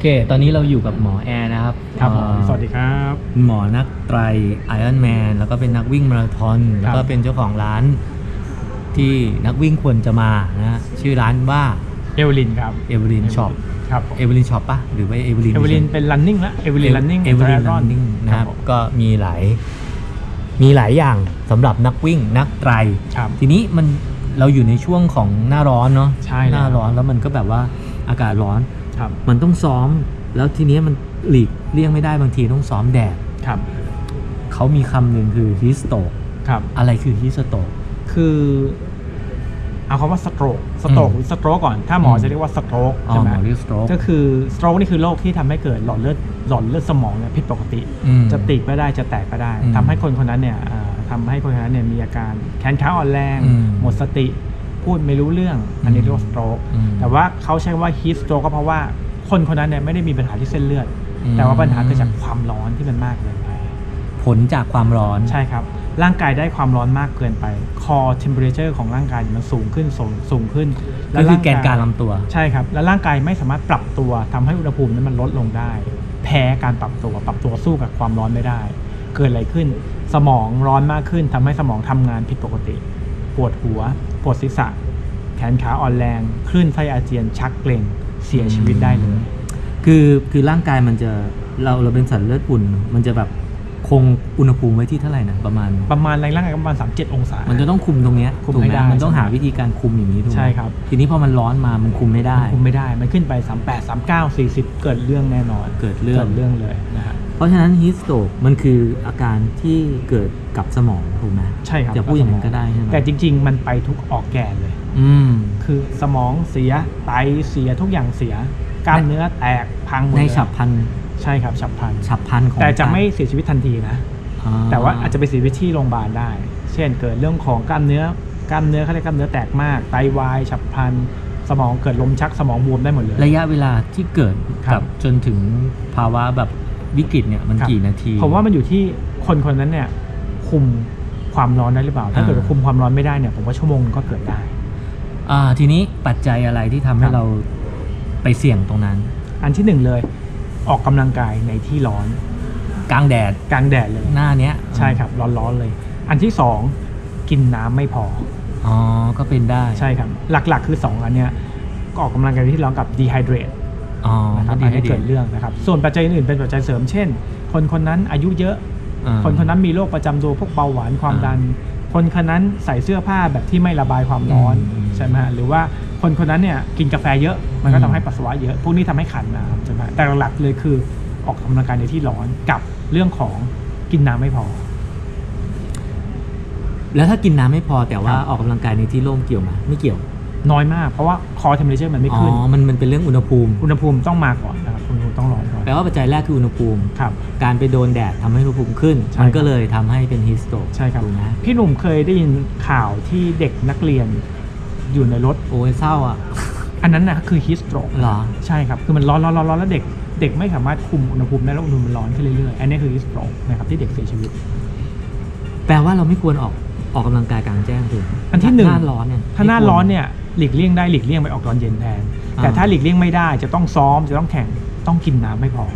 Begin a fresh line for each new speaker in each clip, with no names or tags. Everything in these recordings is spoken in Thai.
เค ตอนนี้เราอยู่กับหมอแอร์นะครับ
ครับผม
เอ่อ
สวัสดีครับ
หมอนักไตรไอรอนแมนแล้วก็เป็นนักวิ่งมาราธอน แล้วก็เป็นเจ้าของร้าน ที่นักวิ่งควรจะมานะฮะชื่อร้านว่า
เอเวลินครับ
เอเวอรินช็อป
ครับผม
เอเวอรินช็อปปะหรือว่าเอเวอริน
เอเวลินเป็น running ละเอเวลิน running
เอเวอรินรันนิ่งนะครับก็มีหลายมีหลายอย่างสำหรับนักวิ่งนักไตร
ครับ
ทีนี้มันเราอยู่ในช่วงของหน้าร้อนเนาะ
ใช่แล้ว
หน้าร้อนแล้วมันก็แบบว่าอากาศร้อน
ครับ
มันต้องซ้อม แล้วทีเนี้ยมันหลีกเลี่ยงไม่ได้บางทีต้องซ้อมแดด
ครับ
เขามีคำหนึ่งคือฮิสโตก
ครับ
อะไรคือฮิสโตก
คือเอาคำว่าสโตรกสโตรก
อืม
สโตรกก่อน ถ้าหมอ
ม
อจะเรียกว่าสโตรก
อ๋
ใช่
อห
ไหม
มอเรียกสโตรก
ก็คือสโตรกนี่คือโรคที่ทำให้เกิดหลอดเลือดหลอดเลือดสมองเนี่ยผิดปกติ จะตีบก็ได้จะแตกก็ได้
อืม
ทำให้คนคนนั้นเนี่ยเอ่อทำให้คนคนนั้นเนี่ยมีอาการแขนขาอ่อนแรง
อืม
หมดสติพูดไม่รู้เรื่อง อันนี้เรียกว่าสโตรก
อืม
แต่ว่าเขาใช้ว่าฮีสโตรกก็เพราะว่าคนคนนั้นเนี่ยไม่ได้มีปัญหาที่เส้นเลือด
อืม
แต่ว่าปัญหาเกิดจากความร้อนที่มันมากเกินไป
ผลจากความร้อน
ใช่ครับ ร่างกายได้ความร้อนมากเกินไป คอเทมเ e อเรเจอร์ของร่างกายมันสูงขึ้นสูงสูงขึ้น
ก็คือแกนกลาง
ร่ย
ลำตัว
ใช่ครับ แล้วร่างกายไม่สามารถปรับตัวทำให้อุณหภูมินั้นมันลดลงได้ แพ้การปรับตัว ปรับตัวสู้กับความร้อนไม่ได้ เกิดอะไรขึ้น สมองร้อนมากขึ้นทำให้สมองทำงานผิดปกติ ปวดหัว ปวดศีรษะ แขนขาอ่อนแรง คลื่นไส้อาเจียน ชักเกร็ง เสียชีวิตได้เลย
คือคือร่างกายมันจะเราเราเป็นสัตว์เลือดอุ่น มันจะแบบคงอุณหภูมิไว้ที่เท่าไหร่นะประมาณ
ประมาณในร่างกายประมาณ 37 องศามั
มันจะต้องคุมตรงเนี้ย
คุม
ถูก
ให้
ไหม
ได้
มันต้องหาวิธีการคุมอย่างนี้ถูกไหม
ใช่ครับ
ทีนี้พอมันร้อนมามันคุมไม่ได้
คุมไม่ได้ มันขึ้นไป 38 39 40 เกิดเรื่องแน่นอน
เกิดเรื่อง
เรื่องเลยนะฮะ
เพราะฉะนั้นฮิสโตกมันคืออาการที่เกิดกับสมองถูกไหม
ใช่ครับ
จะพูดอย่างนั้นก็ได้ใช่ไหม
แต่จริง ๆ มันไปทุกออกแกนเลย
อืม
คือสมองเสีย ไตเสียทุกอย่างเสีย กล้ามเนื้อแตกพังหมด
ใน
เลย
ฉับพลัน
ใช่ครับฉับพลัน
ฉับพลันของ
แต่จะไม่เสียชีวิตทันทีนะ
อ่
แต่ว่าอาจจะไปเสียชีวิตที่โรงพยาบาลได้ เช่นเกิดเรื่องของกล้ามเนื้อกล้ามเนื้อเขาเรียกกล้ามเนื้อแตกมาก ไตวายฉับพลัน สมองเกิดลมชักสมองบวมได้หมดเลย
ระยะเวลาที่เกิด
ครั
กับบ จนถึงภาวะแบบวิกฤตเนี่ยมัน
ครับ
กี่นาที
ผมว่ามันอยู่ที่คนคนนั้นเนี่ยคุมความร้อนได้หรือเปล่า ถ้าเกิดว่า
อ่า
คุมความร้อนไม่ได้เนี่ยผมว่าชั่วโมงก็เกิดได้
อ่าทีนี้ปัจจัยอะไรที่ทำให้
ครับ
เราไปเสี่ยงตรงนั้น
อันที่หนึ่งเลยออกกำลังกายในที่ร้อน
กลางแดด
กลางแดดเลย
หน้าเนี้ย
ใช่ครับร้อนๆเลย อันที่สองกินน้ำไม่พอ
อ๋อก็เป็นได้
ใช่ครับ หลักๆ คือสองอันเนี้ยก็ออกกำลังกายในที่ร้อนกับดีไฮเดรต
อ๋อ
นะครับ
ก็
อัน
ให้
นี้เกิดเรื่องนะครับ ส่วนปัจจัยอื่นเป็นปัจจัยเสริม เช่น คนคนนั้นอายุเยอะ
อ่า
คนคนนั้นมีโรคประจำตัวพวกเบาหวานความดัน คนคนนั้นใส่เสื้อผ้าแบบที่ไม่ระบายความร้อน
อืม
ใช่ไหมฮะหรือว่าคนคนนั้นเนี่ยกินกาแฟเยอะมันก็
อืม
ทำให้ปัสสาวะเยอะพวกนี้ทำให้ขาดน้ำใช่ไหมแต่หลักๆเลยคือออกกำลังกายในที่ร้อนกับเรื่องของกินน้ำไม่พอ
แล้วถ้ากินน้ำไม่พอแต่ว่า
ครับ
ออกกำลังกายในที่ร่มเกี่ยวไหมไม่เกี่ยว
น้อยมากเพราะว่าคอเทมเ e เจอร์มันไม่
อ๋อ
ขึ้น
มันมันเป็นเรื่องอุณหภูมิ
อุณหภูมิต้องมาก่อนนะครับอุณหภูมิต้องร้อนก่อน
แปลว่าปัจจัยแรกคืออุณหภูมิ
ครับ
การไปโดนแดดทำให้อุณหภูมิขึ้น
ใช่
มัน
ครับ
ก็เลยทำให้เป็นฮิสโตก
ใช่ครับ
ถูกไหม
พี่หนุ่มเคยได้ยินข่าวที่เด็กนักเรียนอยู่ในรถ
โอ้ยเศร้าอ่ะ
อันนั้นนะคือฮิสโตรก
เหรอ
ใช่ครับ คือมันร้อนร้อนร้อนร้อนแล้วเด็กเด็กไม่สามารถคุมอุณหภูมิได้แล้วอุณหภูมิมันร้อนขึ้นเรื่อยๆ อันนี้คือฮิสโตรกนะครับที่เด็กเสียชีวิต
แปลว่าเราไม่ควรออกออกกำลังกายกลางแจ้งถูกไหม
อันที่หนึ่ง
หน้าร้อนเนี่ย
ถ้าหน้าร้อนเนี่ยหลีกเลี่ยงได้หลีกเลี่ยงไปออกตอนเย็นแทน
อ่า
แต่ถ้าหลีกเลี่ยงไม่ได้จะต้องซ้อมจะต้องแข่งต้องกินน้ำไม่พอ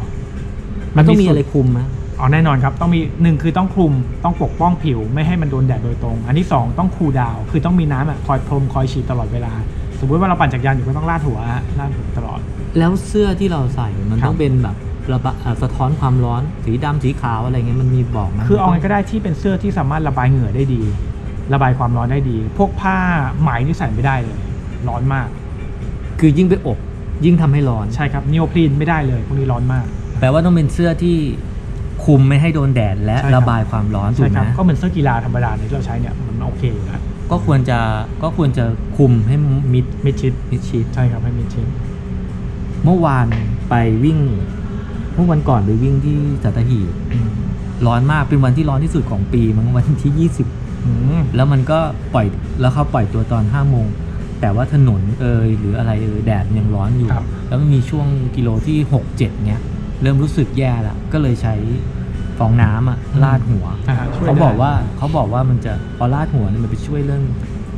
มันต้องมี
ส่ว
อะไรคุมไหม
อ๋อแน่นอนครับ ต้องมีหนึ่งคือต้องคลุมต้องปกป้องผิวไม่ให้มันโดนแดดโดยตรง อันที่สองต้องคูลดาวน์คือต้องมีน้ำอะคอยพรมคอยฉีดตลอดเวลา สมมติว่าเราปั่นจักรยานอยู่ก็ต้องลาดหัวฮะลาดหัวตลอด
แล้วเสื้อที่เราใส่มัน
ครับ
ต้องเป็นแบบระบะอ่าสะท้อนความร้อนสีดำสีขาวอะไรเงี้ยมันมีบอกไหม
คือเอาไงก็ได้ที่เป็นเสื้อที่สามารถระบายเหงื่อได้ดี ระบายความร้อนได้ดี พวกผ้าไหมนี่ใส่ไม่ได้เลย ร้อนมาก
คือยิ่งไปอบ ยิ่งทำให้ร้อน
ใช่ครับนิโอพรีนไม่ได้เลยพวกนี้ร้อนมาก
แปลว่าต้องเป็นเสื้อที่คุมไม่ให้โดนแดดและ
ใช่ครับ
ระบายความร้อนถู
ใช่
ก
ค
ไห
รั
ม
บก็เหมือนเสื้อกีฬาธรรมดาที่เราใช้เนี่ยมันโอเคอยู่นะ
ก็ควรจะก็ควรจะคุมให้มิด
มิดชิด
มิดชิด
ใช่ครับให้มิดชิด
เมื่อวานไปวิ่ง เมื่อวันก่อนไปวิ่งที่สัตหีบร้อนมากเป็นวันที่ร้อนที่สุดของปีมั้งวันที่
อืม
20 แล้วมันก็ปล่อยแล้วเขาปล่อยตัวตอน5โมง แต่ว่าถนนเอยหรืออะไรเอยแดดยังร้อนอยู่ แล้วมันมีช่วงกิโลที่ 6 7เนี้ยเริ่มรู้สึกแย่ละก็เลยใช้ฟองน้ำอะลาดหัว
อ่าช่วย
เขาบอก
ได้
ว่าเขาบอกว่ามันจะพอลาดหัวเนี่ยมันไปช่วยเรื่อง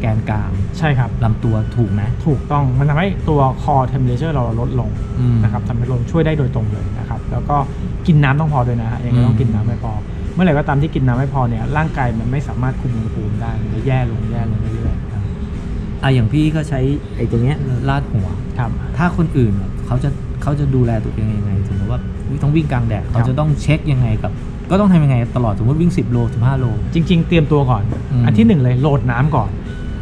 แกนกลาง
ใช่ครับ
ลำตัวถูกไหม
ถูกต้องมันทำให้ตัว core temperature เราลดลง
อืม
นะครับทำให้ลมช่วยได้โดยตรงเลยนะครับ แล้วก็กินน้ำต้องพอด้วยนะฮะยังไง
อืม
ต้องกินน้ำไม่พอ เมื่อไหร่ก็ตามที่กินน้ำไม่พอเนี่ยร่างกายมันไม่สามารถคุมอุณหภูมิได้มันจะแย่ลงแย่ลงเรื่อยๆครับ
อ่ะอย่างพี่ก็ใช้ไอ้ตัวเนี้ยลาดหัว
ครับ
ถ้าคนอื่นอ่ะเขาจะเขาจะดูแลตัวเองยังไงสมมติว่าอุ๊ยต้องวิ่งกลางแดดเขาจะต้องเช็คยังไงกับ ก็ต้องทำยังไงตลอดสมมติวิ่ง 10 โล 15 โล
จริง ๆ เตรียมตัวก่อน
อืม
อันที่หนึ่งเลยโหลดน้ำก่อน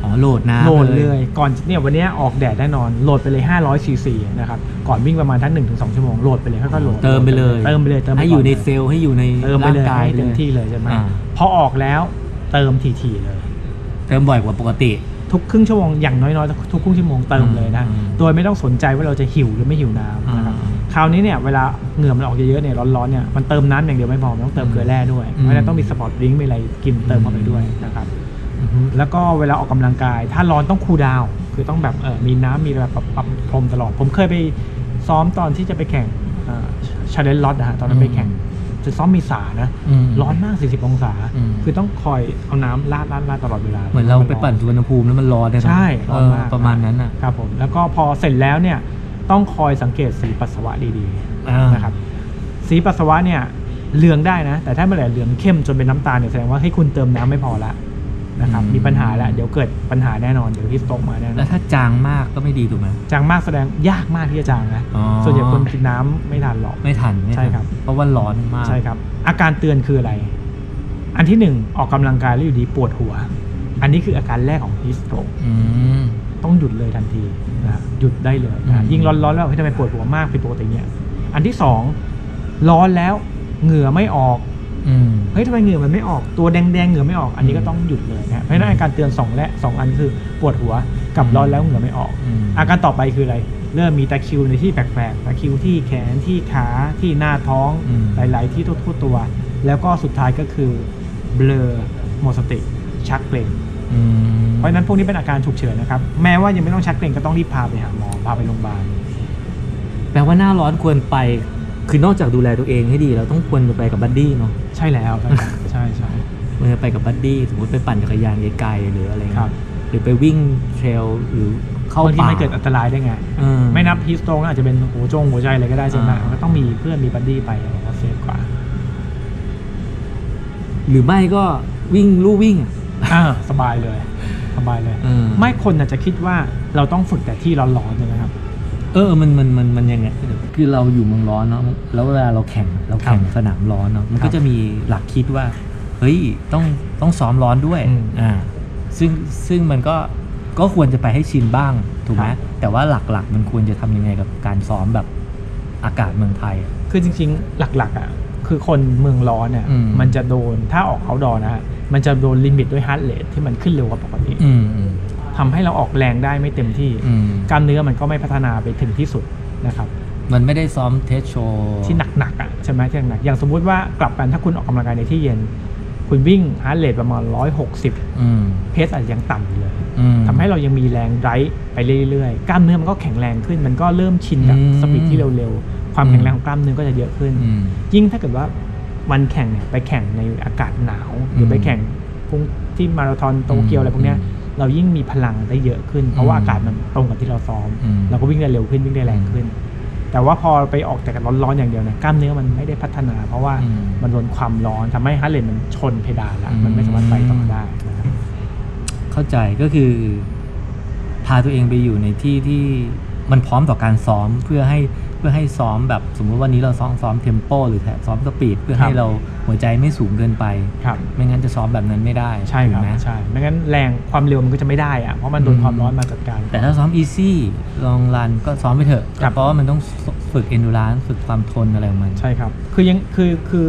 อ๋อโหลดน้ำ
โหลดเลยก่อนเนี่ยวันเนี้ยออกแดดแน่นอนโหลดไปเลย 500ซีซีนะครับก่อนวิ่งประมาณทั้งหนึ่งถึงสองชั่วโมงโหลดไปเลยค่อยๆโหลด
เติมไปเลย
เติมไปเลยเติมไป
ให้อยู่
ก่
ในเซลล์ให้อยู่ใน
เติมไป
ร่าง
เลย
กาย
ให้เต็ม
ลย
ที่เลยใช่ไหม
อ่า
พอออกแล้วเติมทีๆเลย
เติมบ่อยกว่าปกติ
ทุกครึ่งชั่วโมงอย่างน้อยๆทุกครึ่งชั่วโมงเติมเลยนะ
อืม
โดยไม่ต้องสนใจว่าเราจะหิวหรือไม่หิวน้ำนะครับ
อ่า
คราวนี้เนี่ยเวลาเหงื่อมันออกเยอะๆเนี่ยร้อนๆเนี่ยมันเติมน้ำอย่างเดียวไม่พอมันต้องเติมเกลือแร่ด้วย
อืม
เพราะฉะนั้นต้องมีสปอร์ตดริงก์มีอะไรกินเติมเข้าไปด้วยนะครับ
อือฮึ
แล้วก็เวลาออกกำลังกาย ถ้าร้อนต้องคูลดาวน์คือต้องแบบเออมีน้ำมีแบบปรับปรับพรมตลอด ผมเคยไปซ้อมตอนที่จะไปแข่งชาเลนจ์ล็อตนะฮะตอนนั้นไปแข่ง
อืม
จะซ้อมมีสานะ
อืม
ร้อนมาก 40 องศา
อืม
คือต้องคอยเอาน้ำลาดลาดลาดตลอดเวลา
เหมือนเราไปปั่นสุวรรณภูมิแล้วมันร้อนเลยนะ
ใช่ร้อนมา
เอ
ก
อประมาณนั้นอ่ะ
ครับผมแล้วก็พอเสร็จแล้วเนี่ยต้องคอยสังเกตสีปัสสาวะดี
อ่า
ๆนะครับสีปัสสาวะเนี่ยเหลืองได้นะ แต่ถ้าเมื่อไหร่เหลืองเข้มจนเป็นน้ำตาลเนี่ยแสดงว่าให้คุณเติมน้ำไม่พอละนะครับมีปัญหาละเดี๋ยวเกิดปัญหาแน่นอนเดี๋ยวฮิสโตกมาแน่น
แล้
อ
วน ถ้าจางมากก็ไม่ดีถูกไหม
จางมากแสดงยากมากที่จะจางนะ
อ๋อ
ส่วนใหญ่คนกินน้ำไม่ทันหรอก
ไม่ทันไม่ทัน
ใช่ครับ
เพราะว่าร้อนมาก
ใช่ครับ อาการเตือนคืออะไร อันที่หนึ่งออกกำลังกายแล้วอยู่ดีปวดหัว อันนี้คืออาการแรกของฮิสโตรก
อืม
ต้องหยุดเลยทันทีนะครับหยุดได้เลยนะ
อืม
ยิ่งร้อนๆแล้วเฮ้ยทำไมปวดหัวมากผิดปกติเนี่ย อันที่สองร้อนแล้วเหงื่อไม่ออก
อืม
เฮ้ยทำไมเหงื่อมันไม่ออกตัวแดงๆเหงื่อไม่ออก อันนี้ก็ต้องหยุดเลยนะเพราะฉะนั้นอาการเตือนสองและสองอันคือปวดหัวกับ
อืม
ร้อนแล้วเหงื่อไม่ออก
อืม
อาการต่อไปคืออะไร เริ่มมีตะคริวในที่แปลกๆ ตะคริวที่แขนที่ขาที่หน้าท้อง
อืม
หลายๆที่ทั่วๆตัว แล้วก็สุดท้ายก็คือเบลอหมดสติชักเกร็ง
อืม
เพราะฉะนั้นพวกนี้เป็นอาการฉุกเฉินนะครับ แม้ว่ายังไม่ต้องชักเกร็งก็ต้องรีบพาไปหาหมอพาไปโรงพยาบาล
แปลว่าหน้าร้อนควรไป คือนอกจากดูแลตัวเองให้ดี เราต้องควรจะไปกับบัดดี้เนาะ
ใช่แล้วใช่ใช่
ควรจะไปกับบัดดี้สมมติไปปั่นจักรยานไกลๆหรืออะไรเงี้ย
ครับ
หรือไปวิ่งเทรลหรือเข้า
บางที
ป่า
มันเกิดอันตรายได้ไง
เออ
ไม่นับฮิสโตรกอาจจะเป็นหัวจงหัวใจอะไรก็ได้ใช่ไหม
อ่า
มันก็ต้องมีเพื่อนมีบัดดี้ไปอะไรก็เซฟกว่า
หรือไม่ก็วิ่งลู่วิ่งอะ
อ่าสบายเลยสบายเลย
เออ
ไม่คนอาจจะคิดว่าเราต้องฝึกแต่ที่ร้อนๆใช่ไหมครับ
เออมันมันมันมันยังไงคือเราอยู่เมืองร้อนเนาะแล้วเวลาเราแข่งเราแข่งสนามร้อนเนาะมัน
ครั
ก็
บ
จะมีหลักคิดว่า เฮ้ยต้องต้องซ้อมร้อนด้วย
อืม
อ่าซึ่งซึ่งมันก็ก็ควรจะไปให้ชินบ้างถูกไหม
ครับ
แต่ว่าหลักๆ มันควรจะทำยังไงกับการซ้อมแบบอากาศเมืองไทยอะ
คือจริงๆ หลักๆอ่ะคือคนเมืองร้อนเนี่ย
อืม
มันจะโดนถ้าออกเอาดอนะฮะมันจะโดนลิมิตด้วยฮาร์ดเรทที่มันขึ้นเร็วกว่าปกติ
อืมอืม
ทำให้เราออกแรงได้ไม่เต็มที่
อืม
กล้ามเนื้อมันก็ไม่พัฒนาไปถึงที่สุดนะครับ
มันไม่ได้ซ้อมเทสโชว์
ที่หนักๆอ่ะใช่ไหมที่หนักๆอย่างสมมุติว่ากลับกันถ้าคุณออกกำลังกายในที่เย็น คุณวิ่งฮาร์ดเรทประมาณ 160
อืม
เพสอาจจะยังต่ำอยู่เลย
อืม
ทำให้เรายังมีแรงไร้ไปเรื่อยๆกล้ามเนื้อมันก็แข็งแรงขึ้น มันก็เริ่มชินกับ
อืม
สปีดที่เร็วๆความ
อืม
แข็งแรงของกล้ามเนื้อก็จะเยอะขึ้น
อืม
ยิ่งถ้าเกิดว่าวันแข่งเนี่ยไปแข่งในอากาศหนาว หรืออ
ม
ไปแข่งพวกที่มาราธอนโตเกียว
อืม
อะไรพวกเนี้ยเรายิ่งมีพลังได้เยอะขึ้น เพราะว่า
อืม
อากาศมันตรงกับที่เราซ้อม
อืม
เราก็วิ่งได้เร็วขึ้นวิ่งได้แรงขึ้น แต่ว่าพอไปออกแต่กับร้อนๆอย่างเดียวเนะกล้ามเนื้อมันไม่ได้พัฒนา เพราะว่า
อืม
มันโดนความร้อนทำให้ฮาร์ดเรทมันชนเพดานละ
อืม
มันไม่สามารถไปต่อได้นะครับ
เข้าใจก็คือ พาตัวเองไปอยู่ในที่ที่มันพร้อมต่อการซ้อมเพื่อให้เพื่อให้ซ้อมแบบสมมุติวันนี้เราซ้อมซ้อมเทมโปหรือซ้อมสปีดเพื่อให้เราหัวใจไม่สูงเกินไป
ครับ
ไม่งั้นจะซ้อมแบบนั้นไม่ได้
ใช่ครับ
ถูกไหม
ใช่ไม่งั้นแรงความเร็วมันก็จะไม่ได้อะเพราะมันโดน
อืม
ความร้อนมาจัดการ
แต่ถ้าซ้อมอีซี่ลองรันก็ซ้อมไปเถอะ
ครับ
เพราะว่ามันต้องฝึกเอนดูรานฝึกความทนอะไรของมัน
ใช่ครับ คือยังคือคือ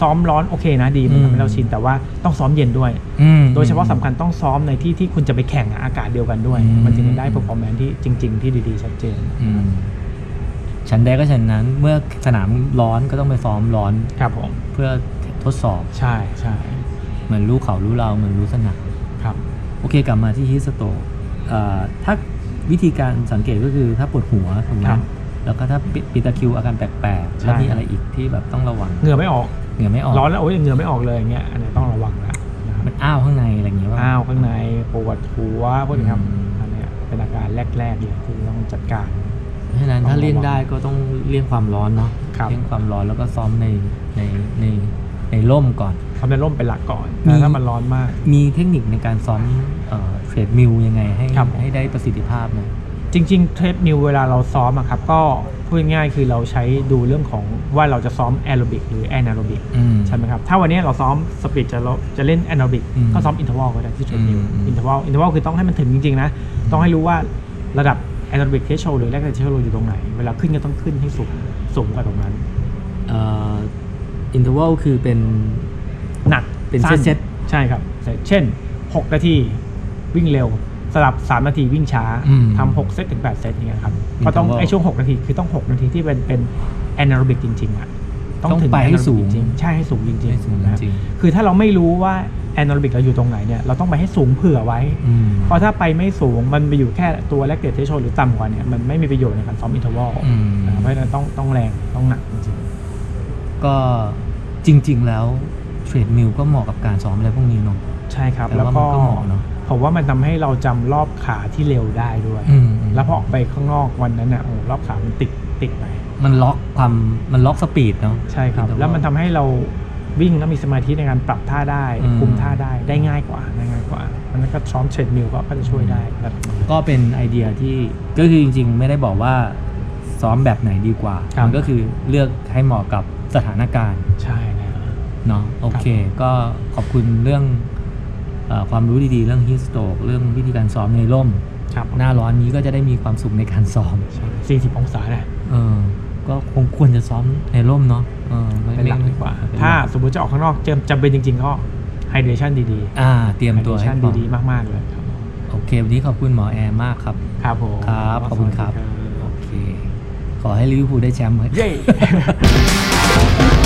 ซ้อมร้อนโอเคนะดีมัน
อืม
ทำให้เราชินแต่ว่าต้องซ้อมเย็นด้วย
อืม
โดยเฉพาะสำคัญต้องซ้อมในที่ที่คุณจะไปแข่งอะอากาศเดียวกันด้วย
อืม
มันจึงจะได้ performance ที่จริง ๆ ที่ดี ๆ ชัดเจน
อืมฉันใดก็ฉันนั้นเมื่อสนามร้อนก็ต้องไปซ้อมร้อน
ครับผม
เพื่อทดสอบ
ใช่ใช่
เหมือนรู้เขารู้เราเหมือนรู้สนาม
ครับ
โอเคกลับมาที่ฮิสโตรกเอ่อถ้าวิธีการสังเกตก็คือถ้าปวดหัวถูกไหม
ครับ
แล้วก็ถ้าปิปีตาคิวอาการแปลกๆ
ใช่
แล้วมีอะไรอีกที่แบบต้องระวัง
เหงื่อไม่ออก
เหงื่อไม่ออก
ร้อนแล้วโอ้ยเหงื่อไม่ออกเลยอย่างเงี้ยอันนี้ต้องระวังแล้วนะครับ
มันอ้าวข้างในอะไรอย่างเงี้ยป่ะ
อ้าวข้างในปวดหัวพวกนี้ครับ
อืม
อันเนี้ยเป็นอาการแรกๆเลยที่ต้องจัดการ
เพราะฉะนั้นถ้าเลี่ยงได้ก็ต้องเลี่ยงความร้อนเนาะ
ครับ
เลี่ยงความร้อนแล้วก็ซ้อมในในในในร่มก่อน
ทำในร่มเป็นหลักก่อน
มี
แล้วถ้ามันร้อนมาก
มีเทคนิคในการซ้อมเอ่อเทรดมิลยังไงให้
ครับผม
ให้ได้ประสิทธิภาพนะ
จริงๆเทรดมิลเวลาเราซ้อมอะครับก็พูดง่ายๆคือเราใช้ดูเรื่องของว่าเราจะซ้อมแอโรบิกหรือแอนาโรบิกใช่ไหมครับถ้าวันนี้เราซ้อมสปีดจะเราจะเล่นแอนาโรบิก
อืม
ก็ซ้อมอินเทอร์วอลก็ได้ที่เทรดมิล
อืมอืม
อินเทอร์วอลอินเทอร์วอลคือต้องให้มันถึงจริงๆนะต้องให้รู้ว่าระดับแอนาโรบิกเทสโชหรือแรกเทสโชอยู่ตรงไหน เวลาขึ้นก็ต้องขึ้นให้สูงสูงกว่าตรงนั้น
อินเทอร์วลคือเป็น
หนัก
เป็น
สั้
เซต
ใช่ครับเซตเช่น 6 นาทีวิ่งเร็ว สลับ 3 นาทีวิ่งช้า
อืม
ทำ6เซตถึง 8 เซตอย่างเงี้ยครับ
มี
ก็ต้อง
interval
ไอช่วง 6 นาทีคือต้อง 6 นาทีที่เป็นเป็นแอนาโรบิกจริง ๆ อ่ะ
ต้องไปให้
aerobic
สูง
จริงๆใช่ให้สูงจริง
ไม่สูง
ๆ
จ
นะ
ริง
คือถ้าเราไม่รู้ว่าแอนาโรบิกเราอยู่ตรงไหนเนี่ยเราต้องไปให้สูงเผื่อไว้
อืม
เพราะถ้าไปไม่สูงมันไปอยู่แค่ตัวแลกเตทเทชหรือต่ำกว่าเนี่ยมันไม่มีประโยชน์ในการซ้อมอินเทอร์วอล
อืม
เพราะฉะนั้นต้องต้องแรงต้องหนักจริง
ก็จริง ๆ แล้วเทรดมิลก็เหมาะกับการซ้อมอะไรพวกนี้เนาะ
ๆใช่ครับ
แต่ว่ามันก็เหมาะเนาะ
ผมว่ามันทำให้เราจำรอบขาที่เร็วได้ด้วย
อืม
แล้วพอออกไปข้างนอกวันนั้นอ่ะโอ้รอบขามันติดติดไป
มันล็อกความมันล็อกสปีดเนาะ
ใช่ครับ
ติดแต่ว่า
แล้วมันทำให้เราวิ่งแล้วมีสมาธิในการปรับท่าได้
อืม
คุมท่าได้ได้ง่ายกว่าได้ง่ายกว่ามันนั้นก็ซ้อมเทรดมิลก็จะช่วยได้ระดับหนึ่ง
ก็เป็นไอเดียที่ก็คือจริง ๆ ไม่ได้บอกว่าซ้อมแบบไหนดีกว่า
ครับ
มัก็คือเลือกให้เหมาะกับสถานการณ์
ใช่แล้ว
เนาะโอเค ก็ขอบคุณเรื่องเออความรู้ดีๆ เรื่องฮิสโตกเรื่องวิธีการซ้อมในร่ม
ครับ
หน้าร้อนนี้ก็จะได้มีความสุขในการซ้อม
สี่สิบองศาเนี่ย
เออก็คงควรจะซ้อมในร่มเนาะเออไม่
เป็นหลักดีกว่า
เป็น
ถ้า
หลัก
สมมติจะออกข้างนอกเจมจำเป็นจริง ๆ ก็ไฮเดรชันดี
อ่า เตรี
ๆ
ยม
ไฮ
ตั
เด
ว
ร
ให้
ชัน
พร้อม
ดีๆ มาก ๆ เลยครับ
โอเค วันนี้ขอบคุณหมอแอร์มากครับ
ครับผม
ครับขอบคุณครับ
สวัสดีครับ
โอเค ขอให้ลิเวอร์พูลได้แชมป์ครับ
เย้